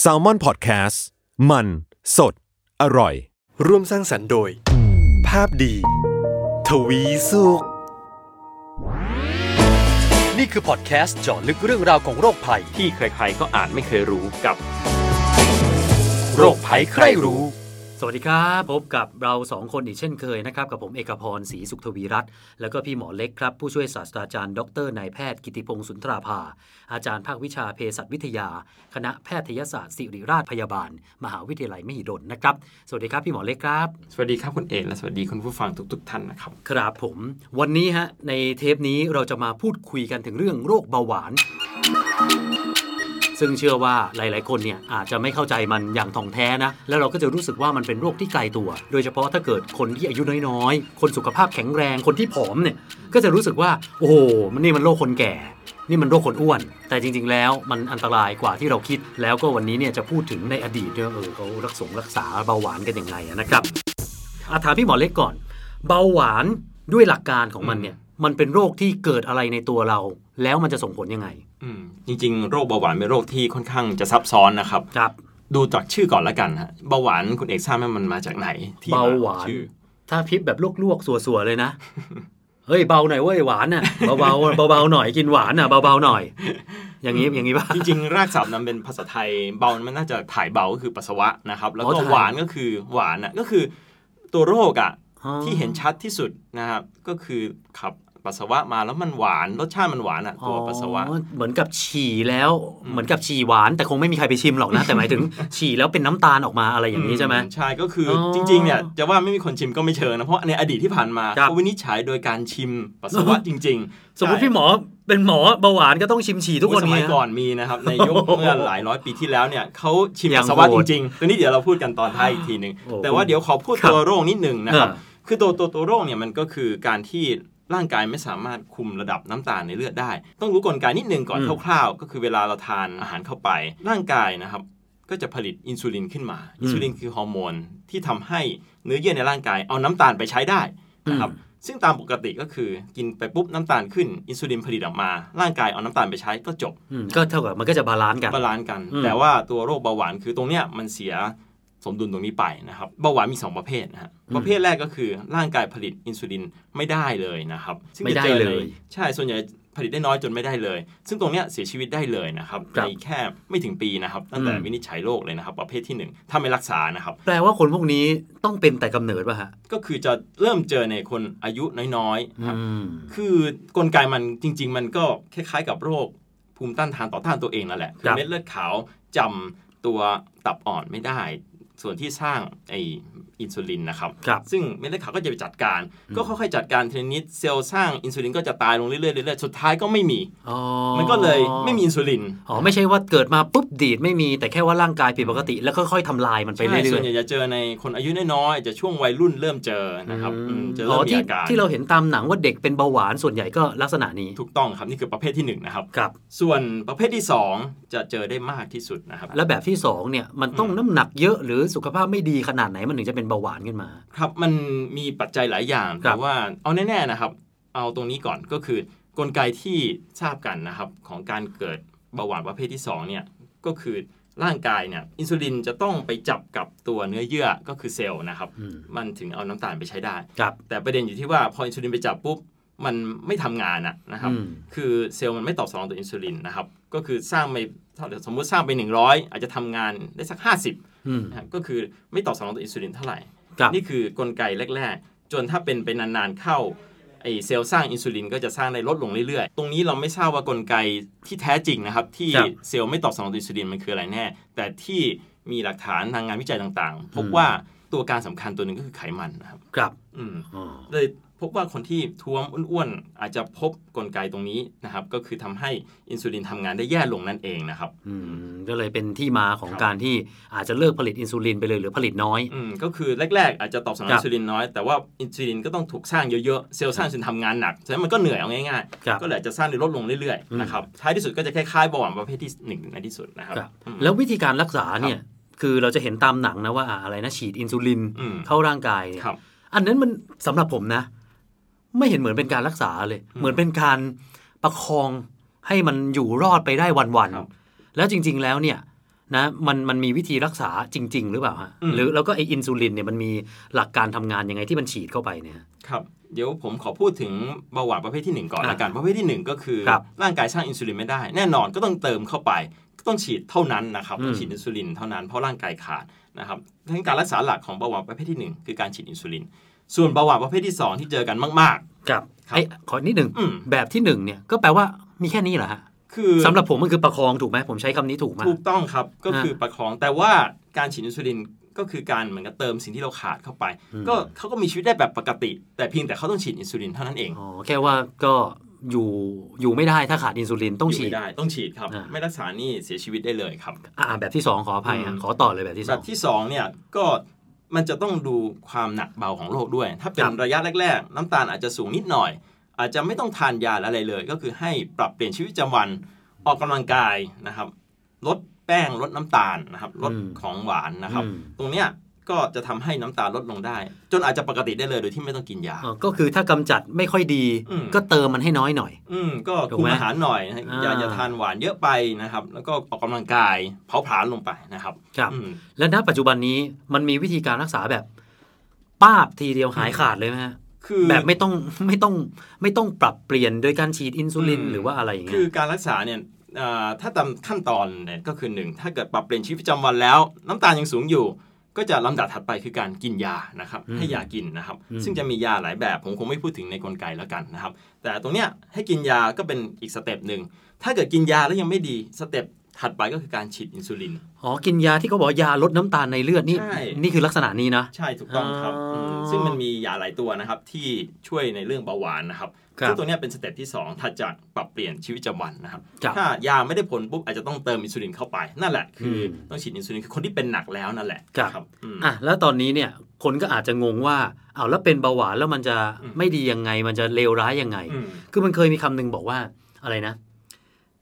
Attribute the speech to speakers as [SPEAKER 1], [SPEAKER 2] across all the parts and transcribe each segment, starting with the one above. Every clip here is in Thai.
[SPEAKER 1] แซลมอนพอดแคสต์มันสดอร่อย
[SPEAKER 2] ร่วมสร้างสรรค์โดย ภาพดี ทวีสุข
[SPEAKER 3] นี่คือพอดแคสต์เจาะลึกเรื่องราวของโรคภัย
[SPEAKER 4] ที่ใครๆก็อ่านไม่เคยรู้กับ
[SPEAKER 3] โรคภัยใครรู้
[SPEAKER 4] สวัสดีครับพบกับเราสองคนอีกเช่นเคยนะครับ กับผมเอกพรศรีสุขทวีรัตน์แล้วก็พี่หมอเล็กครับ ผู้ช่วยศาสตราจารย์ดรนายแพทย์กิติพงศ์สุนทราภา อาจารย์ภาควิชาเภสัชวิทยา คณะแพทยศาสตร์ศิริราชพยาบาล มหาวิทยาลัยมหิดลนะครับ สวัสดีครับพี่หมอเล็กครับ
[SPEAKER 5] สวัสดีครับคุณเอกและสวัสดีคุณผู้ฟังทุกๆท่านนะครับ
[SPEAKER 4] ครับผมวันนี้ฮะในเทปนี้เราจะมาพูดคุยกันถึงเรื่องโรคเบาหวาน ซึ่งเชื่อว่าหลาย ๆ คนเนี่ยอาจจะไม่เข้าใจมันอย่างท่องแท้นะ แล้วเราก็จะรู้สึกว่ามันเป็นโรคที่ไกลตัว โดยเฉพาะถ้าเกิดคนที่อายุน้อย ๆ คนสุขภาพแข็งแรงคนที่ผอมเนี่ยก็จะรู้สึกว่า โอ้โหมันนี่มันโรคคนแก่ นี่มันโรคคนอ้วน แต่จริง ๆ แล้วมันอันตรายกว่าที่เราคิด แล้วก็วันนี้เนี่ยจะพูดถึงในอดีตเรื่องเออเขารักษงรักษาเบาหวานกันอย่างไรอะนะครับอาถามพี่หมอเล็กก่อน เบาหวานด้วยหลักการของมันเนี่ย มันเป็นโรคที่เกิดอะไรในตัวเรา แล้วมันจะส่งผลยังไง
[SPEAKER 5] อืมจริงๆ โรคเบาหวานเป็นโรคที่ค่อนข้างจะซับซ้อนนะครับ
[SPEAKER 4] ครับ
[SPEAKER 5] ดูจากชื่อก่อนละกันฮะเบาหวานคุณเอกทราบไหมมันมาจากไหนที่ม
[SPEAKER 4] เบาหวาน
[SPEAKER 5] ชื่อ
[SPEAKER 4] ถ้าพิบแบบลวกๆสัวๆเลยนะ เฮ้ยเบาหน่อยเว้ยหวานน่ะเบาๆเบาๆหน่อยกินหวานน่ะเบาๆหน่อย อย่างนี้อย่างนี้ป่ะ
[SPEAKER 5] จริงๆ รากศัพท์นั้นเป็นภาษาไทยเบามันน่าจะถ่ายเบาก็คือปัสสาวะนะครับ แล้ว
[SPEAKER 4] อ๋
[SPEAKER 5] ก็
[SPEAKER 4] อถ่าย
[SPEAKER 5] หวานก็คือหวานอ่ะก็คือตัวโรคอ่ะ
[SPEAKER 4] อ๋อ
[SPEAKER 5] ที่เห็นชัดที่สุดนะครับก็คือขับปัสสาวะมาแล้วมันหวานรสชาติมันหวานอ่ะตัวปัสสาวะ
[SPEAKER 4] อ๋อเหมือนกับฉี่แล้วเหมือนกับฉี่หวาน แต่คงไม่มีใครไปชิมหรอกนะ แต่หมายถึง ฉี่แล้วเป็นน้ำตาลออกมาอะไรอย่างนี้ใช่ไหม
[SPEAKER 5] ใช่ก็คืออ
[SPEAKER 4] อ
[SPEAKER 5] จริงๆเนี่ยจะว่าไม่มีคนชิมก็ไม่เชิงนะ เพราะในอดีตที่ผ่านมา
[SPEAKER 4] ครับ
[SPEAKER 5] เขาวินิจฉัยโดยการชิมปัสสาวะจริงๆ
[SPEAKER 4] สมมติ
[SPEAKER 5] ใช่
[SPEAKER 4] พี่หมอเป็นหมอเบาหวานก็ต้องชิมฉี่ทุกคน
[SPEAKER 5] สมัย
[SPEAKER 4] เย
[SPEAKER 5] ก่อนมีนะครับ ในยุคเมื่อหลายร้อยปีที่แล้วเนี่ยเขาชิม
[SPEAKER 4] ยัง
[SPEAKER 5] ปัสสาวะ
[SPEAKER 4] โห
[SPEAKER 5] จ
[SPEAKER 4] ด
[SPEAKER 5] ริงๆตัวนี้เดี๋ยวเราพูดกันตอนท้ายอีกทีหนึ่ง
[SPEAKER 4] โอ้
[SPEAKER 5] แต่ว่าเดี๋ยวขอพูด
[SPEAKER 4] ครับ
[SPEAKER 5] ตัวโรคนิดหนึ่งนะครับ
[SPEAKER 4] อ่า
[SPEAKER 5] คือตัวตัวตัวโรคเนี่ยมันก็คือการที่ร่างกายไม่สามารถคุมระดับน้ำตาลในเลือดได้ ต้องรู้กลไกนิดหนึงก่อนคร่าวๆ ก็คือเวลาเราทานอาหารเข้าไป ร่างกายนะครับ ก็จะผลิตอินซูลินขึ้นมา อินซูลินคือฮอร์โมนที่ทำให้เนื้อเยื่อในร่างกายเอาน้ำตาลไปใช้ได้นะครับ ซึ่งตามปกติก็คือกินไปปุ๊บน้ำตาลขึ้น อินซูลินผลิตออกมา ร่างกายเอาน้ำตาลไปใช้ก็จบ
[SPEAKER 4] อืมก็เท่ากับมันก็จะบาลานซ์กัน
[SPEAKER 5] บาลานซ์กัน
[SPEAKER 4] อืม
[SPEAKER 5] แต่ว่าตัวโรคเบาหวานคือตรงเนี้ยมันเสียสมดุลตรงนี้ไปนะครับ เบาหวานมี 2 ประเภทนะฮะ ประเภทแรกก็คือร่างกายผลิตอินซูลินไม่ได้เลยนะครับซึ่ง
[SPEAKER 4] ไม่ได้
[SPEAKER 5] จะจอ
[SPEAKER 4] เลย
[SPEAKER 5] ในใช่ ส่วนใหญ่ผลิตได้น้อยจนไม่ได้เลย ซึ่งตรงเนี้ยเสียชีวิตได้เลยนะครับ
[SPEAKER 4] ครับ
[SPEAKER 5] ในแค่ไม่ถึงปีนะครับ ตั้งแต่
[SPEAKER 4] อืม
[SPEAKER 5] วินิจฉัยโรคเลยนะครับ ประเภทที่หนึ่งถ้าไม่รักษานะครับ
[SPEAKER 4] แปลว่าคนพวกนี้ต้องเป็นแต่กำเนิดป่ะฮะ
[SPEAKER 5] ก็คือจะเริ่มเจอในคนอายุน้อยๆครับ
[SPEAKER 4] อืม
[SPEAKER 5] คือกลไกมันจริง ๆ มันก็คล้ายๆกับโรคภูมิต้านทานต่อต้านตัวเองนั่นแหละ คื
[SPEAKER 4] ค
[SPEAKER 5] อ
[SPEAKER 4] รับ
[SPEAKER 5] เม็ดเลือดขาวจำตัวตับอ่อนไม่ได้ ส่วนที่สร้างไออินซูลินนะครับ
[SPEAKER 4] ครับ
[SPEAKER 5] ซึ่งเม็ดเลือดขาวก็จะไปจัดการ ก็ค่อยๆจัดการทีละนิดเซลล์สร้างอินซูลินก็จะตายลงเรื่อยๆเรื่อยๆสุดท้ายก็ไม่มี
[SPEAKER 4] อ๋อ
[SPEAKER 5] มันก็เลยไม่มีอินซูลิน
[SPEAKER 4] อ๋อไม่ใช่ว่าเกิดมาปุ๊บดีดไม่มีแต่แค่ว่าร่างกายผิดปกติ แล้วค่อยๆทำลายมันไป
[SPEAKER 5] ใช่
[SPEAKER 4] เรื่
[SPEAKER 5] ส่
[SPEAKER 4] อ
[SPEAKER 5] วน
[SPEAKER 4] ย
[SPEAKER 5] ใหญ่จะเจอในคนอายุน้อยๆจะช่วงวัยรุ่นเริ่มเจอนะครับอืมจะ
[SPEAKER 4] ๆอ๋
[SPEAKER 5] เริ่
[SPEAKER 4] อ
[SPEAKER 5] มมี
[SPEAKER 4] ที่
[SPEAKER 5] อาการ
[SPEAKER 4] ที่เราเห็นตามหนังว่าเด็กเป็นเบาหวานส่วนใหญ่ก็ลักษณะนี้
[SPEAKER 5] ถูกต้องครับนี่คือประเภทที่หนึ่งนะครับ
[SPEAKER 4] ครับ
[SPEAKER 5] ส่วนประเภทที่สองจะเจอได้มากที่สุดนะครับ
[SPEAKER 4] แล้วแบบที่สองเนี่ยมันต้องน้ำหนักเยอะหรือสุขภาพไม่ดีขนาดไหนมันถึงจะเป็นเบาหวานขึ้นมา
[SPEAKER 5] ครับมันมีปัจจัยหลายอย่าง
[SPEAKER 4] ครั
[SPEAKER 5] แต่
[SPEAKER 4] บ
[SPEAKER 5] ว่าเอาแน่ๆนะครับ เอาตรงนี้ก่อนก็คือกลไกที่ทราบกันนะครับของการเกิดเบาหวานประเภทที่สองเนี่ยก็คือร่างกายเนี่ยอินซูลินจะต้องไปจับกับตัวเนื้อเยื่อก็คือเซลล์นะครับ
[SPEAKER 4] อืม
[SPEAKER 5] มันถึงเอาน้ำตาลไปใช้ได้
[SPEAKER 4] ครับ
[SPEAKER 5] แต่ประเด็นอยู่ที่ว่าพออินซูลินไปจับปุ๊บมันไม่ทำงานอะนะครับ
[SPEAKER 4] อืม
[SPEAKER 5] คือเซลล์มันไม่ตอบสนองต่ออินซูลินนะครับก็คือสร้างไปสมมุติสร้างไป 100 อาจจะทำงานได้สัก 50
[SPEAKER 4] อืม
[SPEAKER 5] นะครับก็คือไม่ตอบสนองต่ออินซูลินเท่าไหร่
[SPEAKER 4] ครับ
[SPEAKER 5] นี่คือกลไกแรก ๆ จนถ้าเป็นไปนาน ๆ เข้าไอเซลล์สร้างอินซูลินก็จะสร้างได้ลดลงเรื่อย ๆ ตรงนี้เราไม่ทราบว่ากลไกที่แท้จริงนะครับ ที่
[SPEAKER 4] ครับ
[SPEAKER 5] เซลล์ไม่ตอบสนองต่ออินซูลินมันคืออะไรแน่ แต่ที่มีหลักฐานทางงานวิจัยต่างๆ พบ
[SPEAKER 4] อืม
[SPEAKER 5] ว่าตัวการสำคัญตัวหนึ่งก็คือไขมันนะครับ
[SPEAKER 4] ครับ
[SPEAKER 5] อืม
[SPEAKER 4] อ๋อ
[SPEAKER 5] เลยพบว่าคนที่ท้วมอ้วนๆอาจจะพบกลไกตรงนี้นะครับ ก็คือทำให้อินซูลินทำงานได้แย่ลงนั่นเองนะครับ
[SPEAKER 4] อืมก็เลยเป็นที่มาของ
[SPEAKER 5] ครับ
[SPEAKER 4] การที่อาจจะเลิกผลิตอินซูลินไปเลยหรือผลิตน้อย
[SPEAKER 5] อืมก็คือแรก ๆ อาจจะตอบสนอง
[SPEAKER 4] ครั
[SPEAKER 5] อิ
[SPEAKER 4] บ
[SPEAKER 5] นซูลินน้อยแต่ว่าอินซูลินก็ต้องถูกสร้างเยอะๆ เซลล์สร้างอินซูลินทำงานหนักฉะนั้นมันก็เหนื่อยเอาง่าย
[SPEAKER 4] ครับ
[SPEAKER 5] ๆ ก็เลยอาจจะสร้างในลดลงเรื่อย
[SPEAKER 4] อืม
[SPEAKER 5] ๆนะครับท้ายที่สุดก็จะคล้ายๆเบาหวานประเภทที่หนึ่งในที่สุดนะครับ
[SPEAKER 4] ครับ
[SPEAKER 5] อืม
[SPEAKER 4] แล้ววิธีการรักษาเนี่ยคือเราจะเห็นตามหนังนะว่าอ่าอะไรนะฉีดอินซูลิน
[SPEAKER 5] อืม
[SPEAKER 4] เข้าร่างกายเนี่ย
[SPEAKER 5] ครับ
[SPEAKER 4] อันนั้นมันสำหรับผมนะ ไม่เห็นเหมือนเป็นการรักษาเลย เหมือนเป็นการประคองให้มันอยู่รอดไปได้วัน
[SPEAKER 5] ครับ
[SPEAKER 4] แล้วจริง ๆ แล้วเนี่ยนะมันมันมีวิธีรักษาจริง ๆ หรือเปล่าฮะ
[SPEAKER 5] อืม
[SPEAKER 4] หรือแล้วก็ไออินซูลินเนี่ยมันมีหลักการทำงานยังไงที่มันฉีดเข้าไปเนี่ย
[SPEAKER 5] ครับ เดี๋ยวผมขอพูดถึงเบาหวานประเภทที่หนึ่งก่อน
[SPEAKER 4] อ่ะ
[SPEAKER 5] ละกัน ประเภทที่หนึ่งก็คือ
[SPEAKER 4] ครับ
[SPEAKER 5] ร่างกายสร้างอินซูลินไม่ได้ แน่นอนก็ต้องเติมเข้าไป ก็ต้องฉีดเท่านั้นนะครับ ต้อง
[SPEAKER 4] อืม
[SPEAKER 5] ฉีดอินซูลินเท่านั้นเพราะร่างกายขาดนะครับดังนั้นการรักษาหลักของเบาหวานประเภทที่หนึ่งคือการฉีดอินซูลิน ส่วนเบาหวานประเภทที่สองที่เจอกันมาก
[SPEAKER 4] ครับ
[SPEAKER 5] ครับ
[SPEAKER 4] ไอขอนิดหนึ่ง
[SPEAKER 5] อืม
[SPEAKER 4] แบบที่หนึ่งเนี่ยก็แปลว่ามีแค่นี้เหรอฮะ
[SPEAKER 5] ๆ คือ
[SPEAKER 4] สำหรับผมมันคือประคองถูกไหมผมใช้คำนี้ถูกไหม
[SPEAKER 5] ถูกต้องครับก็
[SPEAKER 4] อ่า
[SPEAKER 5] คือประคองแต่ว่าการฉีดอินซูลินก็คือการเหมือนกับเติมสิ่งที่เราขาดเข้าไป
[SPEAKER 4] อืม
[SPEAKER 5] ก็เขาก็มีชีวิตได้แบบปกติ แต่เพียงแต่เขาต้องฉีดอินซูลินเท่านั้นเอง
[SPEAKER 4] อ๋อแค่ว่าก็อยู่อยู่ไม่ได้ถ้าขาดอินซูลินต้อง
[SPEAKER 5] ยู่
[SPEAKER 4] ฉีด
[SPEAKER 5] ไม่ได้ต้องฉีดครับ
[SPEAKER 4] อ่า
[SPEAKER 5] ไม่รักษานี่เสียชีวิตได้เลยครับ
[SPEAKER 4] อ่าแบบที่สองขออภัยฮะ
[SPEAKER 5] อืม
[SPEAKER 4] ขอต่อเลยแบบที่ส
[SPEAKER 5] แบ
[SPEAKER 4] อง
[SPEAKER 5] บที่สองเนี่ยก็มันจะต้องดูความหนักเบาของโรคด้วย ถ้าเป็
[SPEAKER 4] คน รับ
[SPEAKER 5] ระยะแรก ๆ น้ำตาลอาจจะสูงนิดหน่อย อาจจะไม่ต้องทานยาหรืออะไรเลย ก็คือให้ปรับเปลี่ยนชีวิตประจำวันออกกำลังกายนะครับ ลดแป้งลดน้ำตาลนะครับลดของหวานนะครับ
[SPEAKER 4] อืม
[SPEAKER 5] ตรงเนี้ยก็จะทำให้น้ำตาลลดลงได้ จนอาจจะปกติได้เลยโดยที่ไม่ต้องกินยา
[SPEAKER 4] อ๋อก็คือถ้ากำจัดไม่ค่อยดี
[SPEAKER 5] อืม
[SPEAKER 4] ก็เติมมันให้น้อยหน่อย
[SPEAKER 5] อืมก็
[SPEAKER 4] ถูก
[SPEAKER 5] คุม
[SPEAKER 4] ไหม
[SPEAKER 5] อาหารหน่อยนะฮะ
[SPEAKER 4] อ่า
[SPEAKER 5] อย่าอย่าทานหวานเยอะไปนะครับ แล้วก็ออกกำลังกายเผาผลาญลงไปนะครับ
[SPEAKER 4] ครับ
[SPEAKER 5] อืม
[SPEAKER 4] แล้วณปัจจุบันนี้มันมีวิธีการรักษาแบบ ป้าบทีเดียวหายขาดเลยไหมฮะ
[SPEAKER 5] คือ
[SPEAKER 4] แบบไม่ต้องไม่ต้องไม่ต้องปรับเปลี่ยนโดยการฉีดอินซูลิน
[SPEAKER 5] อืม
[SPEAKER 4] หรือว่าอะไรอย่างเงี้
[SPEAKER 5] คือย การรักษาเนี่ยอ่าถ้าตามขั้นตอนเนี่ยก็คือหนึ่งถ้าเกิดปรับเปลี่ยนชีวิตประจำวันแล้ว น้ำตาลยังสูงอยู่ ก็จะลำดับถัดไปคือการกินยานะครับ
[SPEAKER 4] อืม
[SPEAKER 5] ให้ยากินนะครับ
[SPEAKER 4] อืม
[SPEAKER 5] ซึ่งจะมียาหลายแบบผมคงไม่พูดถึงในกลไกแล้วกันนะครับ แต่ตรงเนี้ยให้กินยาก็เป็นอีกสเต็ปหนึ่งถ้าเกิดกินยาแล้วยังไม่ดีสเต็ปถัดไปก็คือการฉีดอินซูลิน
[SPEAKER 4] อ๋อกินยาที่เขาบอกว่ายาลดน้ำตาลในเลือดนี่
[SPEAKER 5] ใช่
[SPEAKER 4] นี่คือลักษณะนี้นะ
[SPEAKER 5] ใช่ถูกต้องครับ
[SPEAKER 4] อ๋ออื
[SPEAKER 5] มซึ่งมันมียาหลายตัวนะครับที่ช่วยในเรื่องเบาหวานนะครับ
[SPEAKER 4] ครับ
[SPEAKER 5] ซึ่งตัวเนี้ยเป็นสเต็ปที่สองถัดจากปรับเปลี่ยนชีวิตประจำวันนะครับ
[SPEAKER 4] ครับ
[SPEAKER 5] ถ้ายาไม่ได้ผลปุ๊บอาจจะต้องเติมอินซูลินเข้าไป นั่นแหละคืออ
[SPEAKER 4] ม
[SPEAKER 5] ต้องฉีดอินซูลินคือคนที่เป็นหนักแล้วนั่นแหละ
[SPEAKER 4] ครับ
[SPEAKER 5] อืม
[SPEAKER 4] อ่ะแล้วตอนนี้เนี่ยคนก็อาจจะงงว่าเอาวแล้วเป็นเบาหวานแล้วมันจะ
[SPEAKER 5] อืม
[SPEAKER 4] ไม่ดียังไง มันจะเลวร้ายยังไง
[SPEAKER 5] อืม
[SPEAKER 4] คือมันเคยมีคำหนึงบอกว่าอะไรนะ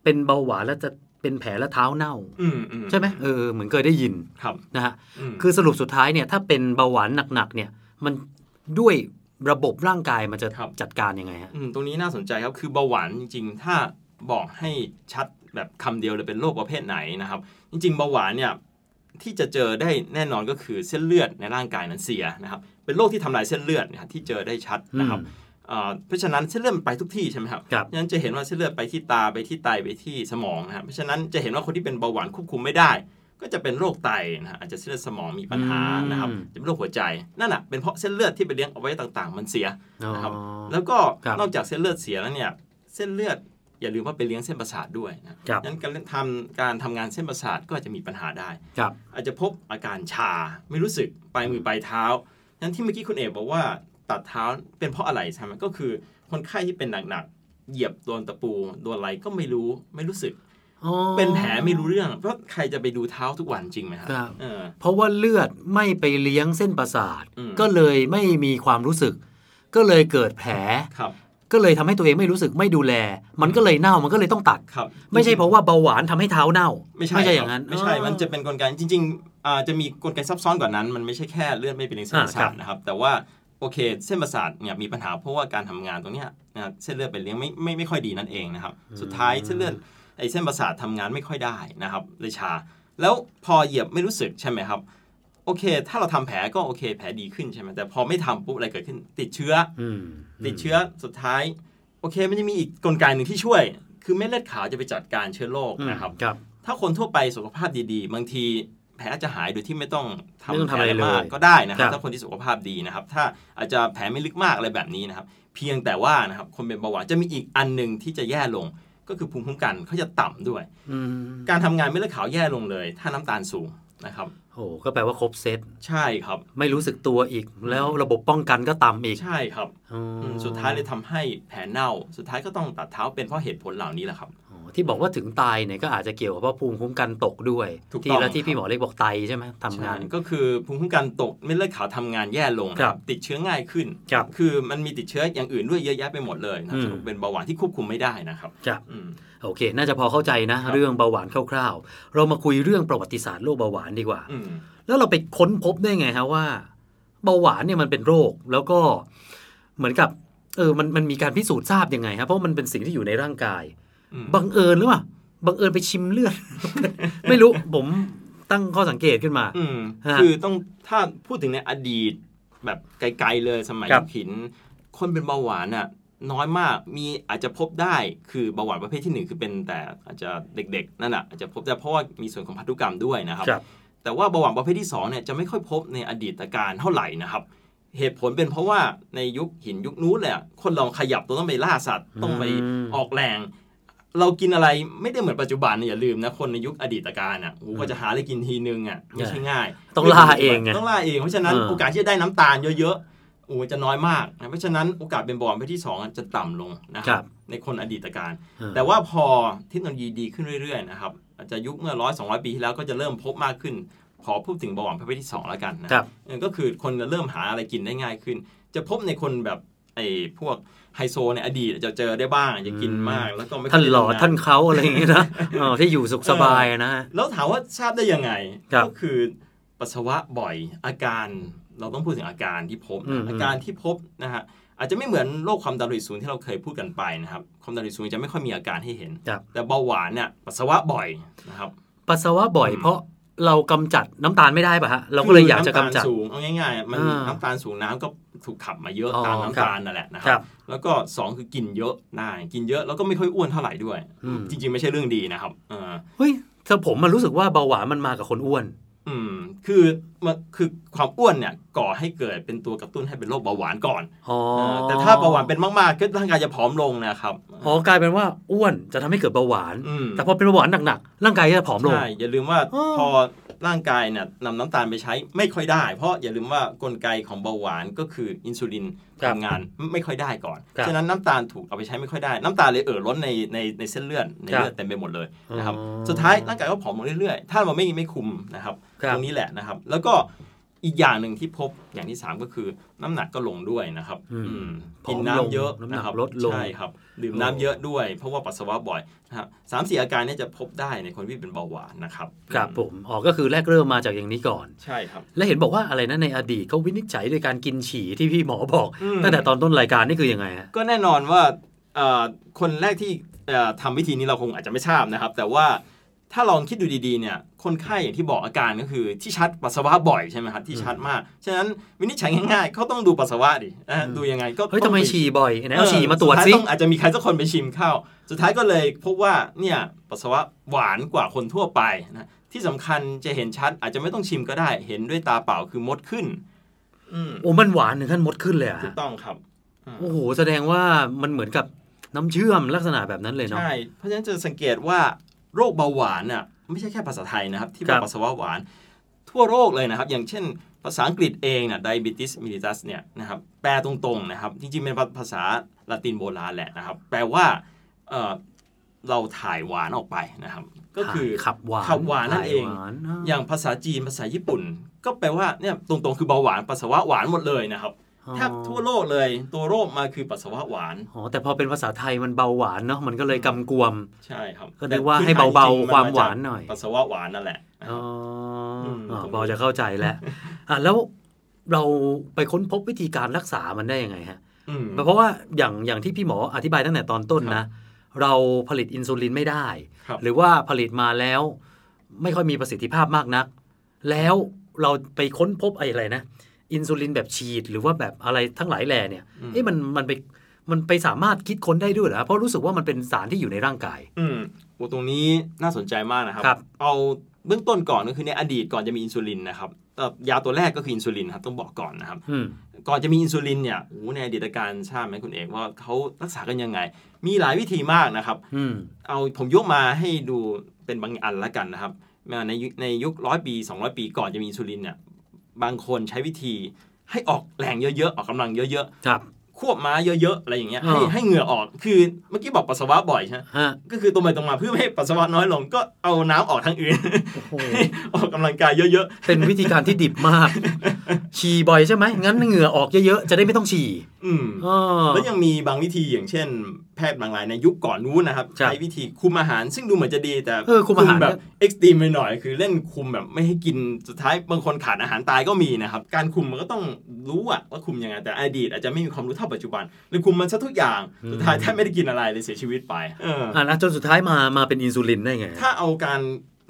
[SPEAKER 4] เป็นเบาหวานแล้วจะเป็นแผลแล้วเท้าเน่า
[SPEAKER 5] อืมอื
[SPEAKER 4] ใช่ไหมเออเหมือนเคยได้ยิน
[SPEAKER 5] ครับ
[SPEAKER 4] นะฮะ
[SPEAKER 5] ม
[SPEAKER 4] คือสรุปสุดท้ายเนี่ยถ้าเป็นเบาหวานหนักๆเนี่ยมันด้วยระบบร่างกายมันจะจัดการยังไงฮะ
[SPEAKER 5] มตรงนี้น่าสนใจครับคือเบาหวานจริงๆ ถ้าบอกให้ชัดแบบคำเดียวเลยเป็นโรคประเภทไหนนะครับ จริงๆเบาหวานเนี่ยที่จะเจอได้แน่นอนก็คือเส้นเลือดในร่างกายนั้นเสียนะครับ เป็นโรคที่ทำลายเส้นเลือดนะครับที่เจอได้ชัดนะครับ เอ่อเพราะฉะนั้นเส้นเลือดมันไปทุกที่ใช่ไหมครับ
[SPEAKER 4] ครับ
[SPEAKER 5] ฉะนั้นจะเห็นว่าเส้นเลือดไปที่ตาไปที่ไตไปที่สมองนะครับเพราะฉะนั้นจะเห็นว่าคนที่เป็นเบาหวานควบคุมไม่ได้ ก็จะเป็นโรคไตนะฮะอาจจะเส้นเลือดสมองมีปัญหานะครับจะเป็นโรคหัวใจนั่นแหะเป็นเพราะเส้นเลือดที่ไปเลี้ยงเอาไว้ต่างๆ มันเสีย
[SPEAKER 4] อ๋อ
[SPEAKER 5] นะครับ แล้วก็
[SPEAKER 4] ครับ
[SPEAKER 5] นอกจากเส้นเลือดเสียแล้วเนี่ยเส้นเลือดอย่าลืมว่าไปเลี้ยงเส้นประสาทด้วยนะครับ งั้นการทำการทำงานเส้นประสาทก็อาจจะมีปัญหาได้
[SPEAKER 4] ครับ
[SPEAKER 5] อาจจะพบอาการชาไม่รู้สึกปลายมือปลายเท้านั้นที่เมื่อกี้คุณเอกบอกว่าตัดเท้าเป็นเพราะอะไรใช่ไหมก็คือคนไข้ที่เป็นหนักๆเหยียบโดนตะปูโดนอะไรก็ไม่รู้ไม่รู้สึก
[SPEAKER 4] อ๋อ
[SPEAKER 5] เป็นแผลไม่รู้เรื่อง เพราะใครจะไปดูเท้าทุกวันจริงไหมครับ
[SPEAKER 4] ครับ
[SPEAKER 5] เออ
[SPEAKER 4] เพราะว่าเลือดไม่ไปเลี้ยงเส้นประสาท
[SPEAKER 5] อืม
[SPEAKER 4] ก็เลยไม่มีความรู้สึก ก็เลยเกิดแผล
[SPEAKER 5] ครับ
[SPEAKER 4] ก็เลยทำให้ตัวเองไม่รู้สึกไม่ดูแล มันก็เลยเน่ามันก็เลยต้องตัด
[SPEAKER 5] ครับ
[SPEAKER 4] ไม่ใช่เพราะว่าเบาหวานทำให้เท้าเน่า
[SPEAKER 5] ไม่ใช่
[SPEAKER 4] อย่างนั้น
[SPEAKER 5] ครับไม่ใช่มันจะเป็นกลไกจริงๆอาจจะมีกลไกซับซ้อนกว่านั้น มันไม่ใช่แค่เลือดไม่เป็นเส้นประสา
[SPEAKER 4] อ่าครั
[SPEAKER 5] ท
[SPEAKER 4] บ
[SPEAKER 5] นะครับ แต่ว่าโอเคเส้นประสาทเนี่ยมีปัญหาเพราะว่าการทำงานตรงเนี้ยนะครับเส้นเลือดไปเลี้ยงไม่ไม่ไม่ค่อยดีนั่นเองนะครับ สุดท้ายเส้นเลือด ไอ้เส้นประสาททำงานไม่ค่อยได้นะครับเลยชา แล้วพอเหยียบไม่รู้สึกใช่ไหมครับ โอเค ถ้าเราทำแผลก็โอเค แผลดีขึ้นใช่ไหมแต่พอไม่ทำปุ๊บอะไรเกิดขึ้น ติดเชื้อ
[SPEAKER 4] อืม
[SPEAKER 5] อติดเชื้อสุดท้าย โอเคมันจะมีอีกกลไกหนึ่งที่ช่วย คือเม็ดเลือดขาวจะไปจัดการเชื้อโรค
[SPEAKER 4] อืม
[SPEAKER 5] นะครับ
[SPEAKER 4] ครับ
[SPEAKER 5] ถ้าคนทั่วไปสุขภาพดีๆ บางทีแผลจะหายโดยที่ไม่ต้อง
[SPEAKER 4] ไม่ต้อง
[SPEAKER 5] ทำ
[SPEAKER 4] ทำอะไร
[SPEAKER 5] แผลมาก
[SPEAKER 4] เลย
[SPEAKER 5] ก็ได้นะค
[SPEAKER 4] ค
[SPEAKER 5] รั
[SPEAKER 4] รับ บ
[SPEAKER 5] ถ้าคนที่สุขภาพดีนะครับ ถ้าอาจจะแผลไม่ลึกมากอะไรแบบนี้นะครับ เพียงแต่ว่านะครับคนเป็นเบาหวานจะมีอีกอันหนึ่งที่จะแย่ลง ก็คือภูมิคุ้มกันเขาจะต่ำด้วย
[SPEAKER 4] อืม
[SPEAKER 5] การทำงานเม็ดเลือดขาวแย่ลงเลย ถ้าน้ำตาลสูงนะครับ
[SPEAKER 4] โอ้ก็แปลว่าครบเซต
[SPEAKER 5] ใช่ครับ
[SPEAKER 4] ไม่รู้สึกตัวอีก แล้วระบบป้องกันก็ต่ำอีก
[SPEAKER 5] ใช่ครับ
[SPEAKER 4] อ๋อ
[SPEAKER 5] อืมสุดท้ายเลยทำให้แผลเน่า สุดท้ายก็ต้องตัดเท้าเป็นเพราะเหตุผลเหล่านี้แหละครับ
[SPEAKER 4] อ๋อที่บอกว่าถึงตายเนี่ยก็อาจจะเกี่ยวกับว่าภูมิคุ้มกันตกด้วย
[SPEAKER 5] ถูกต้อง
[SPEAKER 4] ที่แล้วที่
[SPEAKER 5] ครับ
[SPEAKER 4] พี่หมอเล็กบอกไตใช่ไหมทำงาน
[SPEAKER 5] ใช่ก็คือภูมิคุ้มกันตกเม็ดเลือดขาวทำงานแย่ลงนะครับ ติดเชื้อง่ายขึ้น
[SPEAKER 4] ครับ
[SPEAKER 5] อมันมีติดเชื้ออย่างอื่นด้วยเยอะแยะไปหมดเลยนะ
[SPEAKER 4] อืม
[SPEAKER 5] สรุปเป็นเบาหวานที่ควบคุมไม่ได้นะครับ
[SPEAKER 4] ครับ
[SPEAKER 5] อืม
[SPEAKER 4] โอเค น่าจะพอเข้าใจนะ
[SPEAKER 5] ครับ
[SPEAKER 4] เรื่องเบาหวานคร่าวๆ เรามาคุยเรื่องประวัติศาสตร์โรคเบาหวานดีกว่า
[SPEAKER 5] อืม
[SPEAKER 4] แล้วเราไปค้นพบได้ไงฮะว่า เบาหวานเนี่ยมันเป็นโรคแล้วก็เหมือนกับเออมันมันมีการพิสูจน์ทราบยังไงครับเพราะมันเป็นสิ่งที่อยู่ในร่างกาย
[SPEAKER 5] อืม
[SPEAKER 4] บังเอิญหรือเปล่า บังเอิญไปชิมเลือด ไม่รู้ผมตั้งข้อสังเกตขึ้นมา
[SPEAKER 5] อืม
[SPEAKER 4] ฮะ
[SPEAKER 5] คือต้องถ้าพูดถึงในอดีตแบบไกลๆเลยสมัย
[SPEAKER 4] ครับ
[SPEAKER 5] หิน คนเป็นเบาหวานน่ะน้อยมากมีอาจจะพบได้คือเบาหวานประเภทที่หนึ่งคือเป็นแต่อาจจะเด็ก ๆ นั่นแหะอาจจะพบได้เพราะว่ามีส่วนของพันธุกรรมด้วยนะครับ แต่ว่าเบาหวานประเภทที่2เนี่ยจะไม่ค่อยพบในอดีตการเท่าไหร่นะครับ เหตุผลเป็นเพราะว่าในยุคหินยุคนู้นเลยอะคนเราขยับตัวต้องไปล่าสัตว์ต้องไป
[SPEAKER 4] อืม
[SPEAKER 5] ออกแรง เรากินอะไรไม่ได้เหมือนปัจจุบันนะอย่าลืมนะคนในยุคอดีตการอ่ะกูก็จะหาอะไรกินทีนึงอ่ะไม่ใช่ง่าย
[SPEAKER 4] ต้องล่าเองไง
[SPEAKER 5] ต้องล่าเองเพราะฉะนั้น
[SPEAKER 4] เออ
[SPEAKER 5] โอกาสที่จะได้น้ำตาลเยอะๆโอ้จะน้อยมากนะเพราะฉะนั้นโอกาสเป็นเบาหวานประเภทที่สองอะจะต่ำลงนะค
[SPEAKER 4] ครั
[SPEAKER 5] รับ บในคนอดีตการ
[SPEAKER 4] เออ
[SPEAKER 5] แต่ว่าพอเทคโนโลยีดีขึ้นเรื่อยๆนะครับอาจจะยุคเมื่อร้อยสองร้อยปีที่แล้วก็จะเริ่มพบมากขึ้น ขอพูดถึงเบาหวานประเภทที่สองแล้วกันนะครับ เออก็คือคนจะเริ่มหาอะไรกินได้ง่ายขึ้น จะพบในคนแบบไอ้พวกไฮโซในอดีตจะเจอได้บ้างจะกินมาก แล้วก็ไม่ค่
[SPEAKER 4] ท่าน
[SPEAKER 5] ยได้
[SPEAKER 4] หล่อ
[SPEAKER 5] ทำง
[SPEAKER 4] ท่านเขาอะไรอย่างเงี้ย นะเออที่อยู่สุขสบายอะนะฮะ
[SPEAKER 5] แล้วถามว่าทราบได้ยังไง
[SPEAKER 4] ครับ
[SPEAKER 5] ก็คือปัสสาวะบ่อยอาการเราต้องพูดถึงอาการที่พบนะอาการที่พบนะฮะอาจจะไม่เหมือนโรคความดันโลหิตสูงที่เราเคยพูดกันไปนะครับความดันโลหิตสูงจะไม่ค่อยมีอาการให้เห็น
[SPEAKER 4] ครับ
[SPEAKER 5] แต่เบาหวานเนี่ยปัสสาวะบ่อยนะครับ
[SPEAKER 4] ปัสสาวะบ่อยเพราะเรากำจัดน้ำตาลไม่ได้ป่ะฮะ เราก็เลยอยากจะกำ
[SPEAKER 5] คืน้ำ
[SPEAKER 4] จั
[SPEAKER 5] ตา
[SPEAKER 4] ด
[SPEAKER 5] ลสูงเอาง่ายๆมัน
[SPEAKER 4] อ่า
[SPEAKER 5] น้ำตาลสูงน้ำก็ถูกขับมาเยอะ
[SPEAKER 4] อ๋อ
[SPEAKER 5] ตามน้ำตาลนั่นแหละนะค
[SPEAKER 4] ครั
[SPEAKER 5] รั
[SPEAKER 4] บบ
[SPEAKER 5] แล้วก็สองคือกินเยอะได้กินเยอะแล้วก็ไม่ค่อยอ้วนเท่าไหร่ด้วย
[SPEAKER 4] อืม
[SPEAKER 5] จริง ๆ ไม่ใช่เรื่องดีนะครับอ่า
[SPEAKER 4] เฮ้ยแต่ผมมันรู้สึกว่าเบาหวานมันมากับคนอ้วน
[SPEAKER 5] อืมคือมันคือความอ้วนเนี่ยก่อให้เกิดเป็นตัวกระตุ้นให้เป็นโรคเบาหวานก่อน
[SPEAKER 4] อ๋อ
[SPEAKER 5] เออแต่ถ้าเบาหวานเป็นมากๆก็ร่างกายจะผอมลงนะครับ
[SPEAKER 4] อ๋อกลายเป็นว่าอ้วนจะทำให้เกิดเบาหวาน
[SPEAKER 5] ม
[SPEAKER 4] แต่พอเป็นเบาหวานหนักๆร่างกายจะผอมลง
[SPEAKER 5] ใช่อย่าลืมว่า
[SPEAKER 4] อ๋อ
[SPEAKER 5] พอร่างกายเนี่ยนำน้ำตาลไปใช้ไม่ค่อยได้ เพราะอย่าลืมว่ากลไกของเบาหวานก็คืออินซูลินทำงานไม่ค่อยได้ก่อน
[SPEAKER 4] ครับ
[SPEAKER 5] ฉะนั้นน้ำตาลถูกเอาไปใช้ไม่ค่อยได้น้ำตาลเลยเอ่อล้นในในในเส้นเลือดในเลือดเต็มไปหมดเลยนะครับ
[SPEAKER 4] อ๋อ
[SPEAKER 5] สุดท้ายร่างกายก็ผอมลงเรื่อยๆ ถ้าเราไม่ไม่คุมนะครับ
[SPEAKER 4] ครับ
[SPEAKER 5] ตรงนี้แหละนะครับ แล้วก็อีกอย่างหนึ่งที่พบอย่างที่ 3 ก็คือน้ำหนักก็ลงด้วยนะครับ
[SPEAKER 4] อืม
[SPEAKER 5] อืม
[SPEAKER 4] ผอ
[SPEAKER 5] กิ
[SPEAKER 4] ม
[SPEAKER 5] น
[SPEAKER 4] ลง
[SPEAKER 5] น้ำเยอะ
[SPEAKER 4] น้ำหนัก
[SPEAKER 5] ครับ
[SPEAKER 4] ลดลง
[SPEAKER 5] ใช่ครับดื่ม
[SPEAKER 4] โอ้
[SPEAKER 5] น้ำเยอะด้วย เพราะว่าปัสสาวะบ่อยนะครับสามสี่อาการเนี้จะพบได้ในคนที่เป็นเบาหวานนะครับ
[SPEAKER 4] ครับผ
[SPEAKER 5] อืม
[SPEAKER 4] มอ๋อก็คือแรกเริ่มมาจากอย่างนี้ก่อน
[SPEAKER 5] ใช่ครับ
[SPEAKER 4] และเห็นบอกว่าอะไรนะในอดีตเขาวินิจฉัยโดยการกินฉี่ที่พี่หมอบอก
[SPEAKER 5] อืม
[SPEAKER 4] ตั้งแต่ตอนต้นรายการนี่คือยังไงฮะ
[SPEAKER 5] ก็แน่นอนว่าเอ่อคนแรกที่เอ่อทำวิธีนี้เราคงอาจจะไม่ทราบนะครับ แต่ว่าถ้าลองคิดดูดีๆเนี่ยคนไข้อย่างที่บอกอาการก็คือที่ชัดปัสสาวะบ่อยใช่ไหมครับที่ชัดมากฉะนั้นวินิจฉัยง่ายๆเขาต้องดูปัสสาวะดิเอ่อดูยังไงก็
[SPEAKER 4] เฮ้ยทำ
[SPEAKER 5] ต้อง
[SPEAKER 4] ไม
[SPEAKER 5] ป
[SPEAKER 4] ฉี่บ่อยไหนเอาฉี่มาตรวจ
[SPEAKER 5] เออ
[SPEAKER 4] สิ
[SPEAKER 5] ดท้ยองอาจจะมีใครสักคนไปชิมเข้า สุดท้ายก็เลยพบว่าเนี่ยปัสสาวะหวานกว่าคนทั่วไปนะที่สำคัญจะเห็นชัดอาจจะไม่ต้องชิมก็ได้ เห็นด้วยตาเปล่าคือมดขึ้น อืม
[SPEAKER 4] โอ้มันหวานถึงขั้นมดขึ้นเลยอะ
[SPEAKER 5] ถู
[SPEAKER 4] ฮะ
[SPEAKER 5] กต้องครับ
[SPEAKER 4] โอ้โหแสดงว่ามันเหมือนกับน้ำเชื่อมลักษณะแบบนั้นเลยเนาะ
[SPEAKER 5] ใช่ เพราะฉะนั้นจะสังเกตว่าโรคเบาหวานน่ะไม่ใช่แค่ภาษาไทยนะครับ ที่
[SPEAKER 4] ค
[SPEAKER 5] บ
[SPEAKER 4] รั
[SPEAKER 5] อบ กปัสสาวะหวาน ทั่วโลกเลยนะครับ อย่างเช่น ภาษาอังกฤษเองน่ะ diabetes mellitus เนี่ยนะครับแปลตรงๆนะครับ จริงๆ เป็นภาษาละตินโบราณแหละนะครับ แปลว่าเอ่อเราถ่ายหวานออกไปนะครับ ก็คือ
[SPEAKER 4] ขับหวาน
[SPEAKER 5] ขับหวานนั่นเอง
[SPEAKER 4] ถ่ายหวานอ่า
[SPEAKER 5] อย่างภาษาจีนภาษาญี่ปุ่น ก็แปลว่าเนี่ยตรงๆคือเบาหวานปัสสาวะหวานหมดเลยนะครับแทบทั่วโลกเลยตัวโรคมาคือปัสสาวะหวาน
[SPEAKER 4] อ๋อแต่พอเป็นภาษาไทยมันเบาหวานเนาะมันก็เลยกำกวม
[SPEAKER 5] ใช่ครับ
[SPEAKER 4] ก็นึกว่าให้เบาๆความหวานหน่อย
[SPEAKER 5] ปัสสาวะหวานนั่นแหละ
[SPEAKER 4] อ๋ออ
[SPEAKER 5] ม
[SPEAKER 4] อ๋อพอจะเข้าใจ แล้วอ่ะแล้วเราไปค้นพบวิธีการรักษามันได้ยังไงฮะ
[SPEAKER 5] อืม
[SPEAKER 4] เพราะว่าอย่างอย่างที่พี่หมออธิบายตั้งแต่ตอนต้นนะ เราผลิตอินซูลินไม่ได้
[SPEAKER 5] ครับ
[SPEAKER 4] หรือว่าผลิตมาแล้ว ไม่ค่อยมีประสิทธิภาพมากนัก แล้วเราไปค้นพบไออะไรนะ อินซูลินแบบฉีดหรือว่าแบบอะไรทั้งหลายแหล่เนี่ยเอ๊ะมันมันไปมันไปสามารถคิดค้นได้ด้วยเหรอเพราะรู้สึกว่ามันเป็นสารที่อยู่ในร่างกาย
[SPEAKER 5] อืมโอ้ตรงนี้น่าสนใจมากนะครับ
[SPEAKER 4] ครับ
[SPEAKER 5] เอาเบื้องต้นก่อนก็คือในอดีตก่อนจะมีอินซูลินนะครับเอ่อยาตัวแรกก็คืออินซูลินครับต้องบอกก่อนนะครับ
[SPEAKER 4] อืม
[SPEAKER 5] ก่อนจะมีอินซูลินเนี่ยโอ้โหในอดีตการทราบไหมคุณเอกว่าเขารักษากันยังไง มีหลายวิธีมากนะครับ
[SPEAKER 4] อืม
[SPEAKER 5] เอาผมยกมาให้ดูเป็นบางอันละกันนะครับมาในยุคในยุคร้อยปี 200 ปีก่อนจะมีอินซูลินเนี่ยบางคนใช้วิธีให้ออกแรงเยอะๆออกกำลังเยอะๆ
[SPEAKER 4] ครับ
[SPEAKER 5] ควบม้าเยอะๆ อะไรอย่างเงี้ย
[SPEAKER 4] อ่า
[SPEAKER 5] ให้ให้เหงื่อออกคือเมื่อกี้บอกปัสสาวะบ่อยใช่ไหม
[SPEAKER 4] ฮะ
[SPEAKER 5] ก็คือตรงไปตรงมาเพื่อไม่ให้ปัสสาวะน้อยลงก็เอาน้ำออกทางอื่น
[SPEAKER 4] โอ้โห
[SPEAKER 5] ออกกำลังกายเยอะ
[SPEAKER 4] เป็นวิธีการที่ดิบมาก ฉี่บ่อยใช่ไหมงั้นเหงื่อออกเยอะๆจะได้ไม่ต้องฉี่
[SPEAKER 5] ๆ อืม
[SPEAKER 4] อ้อ
[SPEAKER 5] แล้วยังมีบางวิธีอย่างเช่น แพทย์บางรายในยุคก่อนนู้นนะครับ
[SPEAKER 4] ใช่
[SPEAKER 5] ใช้วิธีคุมอาหาร ซึ่งดูเหมือนจะดีแต่
[SPEAKER 4] เออคุมอาหาร
[SPEAKER 5] แบบ
[SPEAKER 4] เนี่ย
[SPEAKER 5] เอ็กซ์ตรีมไปหน่อย คือเล่นคุมแบบไม่ให้กินสุดท้ายบางคนขาดอาหารตายก็มีนะครับ การคุมมันก็ต้องรู้อะว่าคุมยังไงแต่อดีตอาจจะไม่มีความรู้เท่าปัจจุบันเลยคุมมันซะทุกอย่างสุดท้ายแทบไม่ได้กินอะไรเลยเสียชีวิตไปเออ
[SPEAKER 4] อ่าแล้วจนสุดท้ายมามาเป็นอินซูลินได้ไง
[SPEAKER 5] ถ้าเอาการ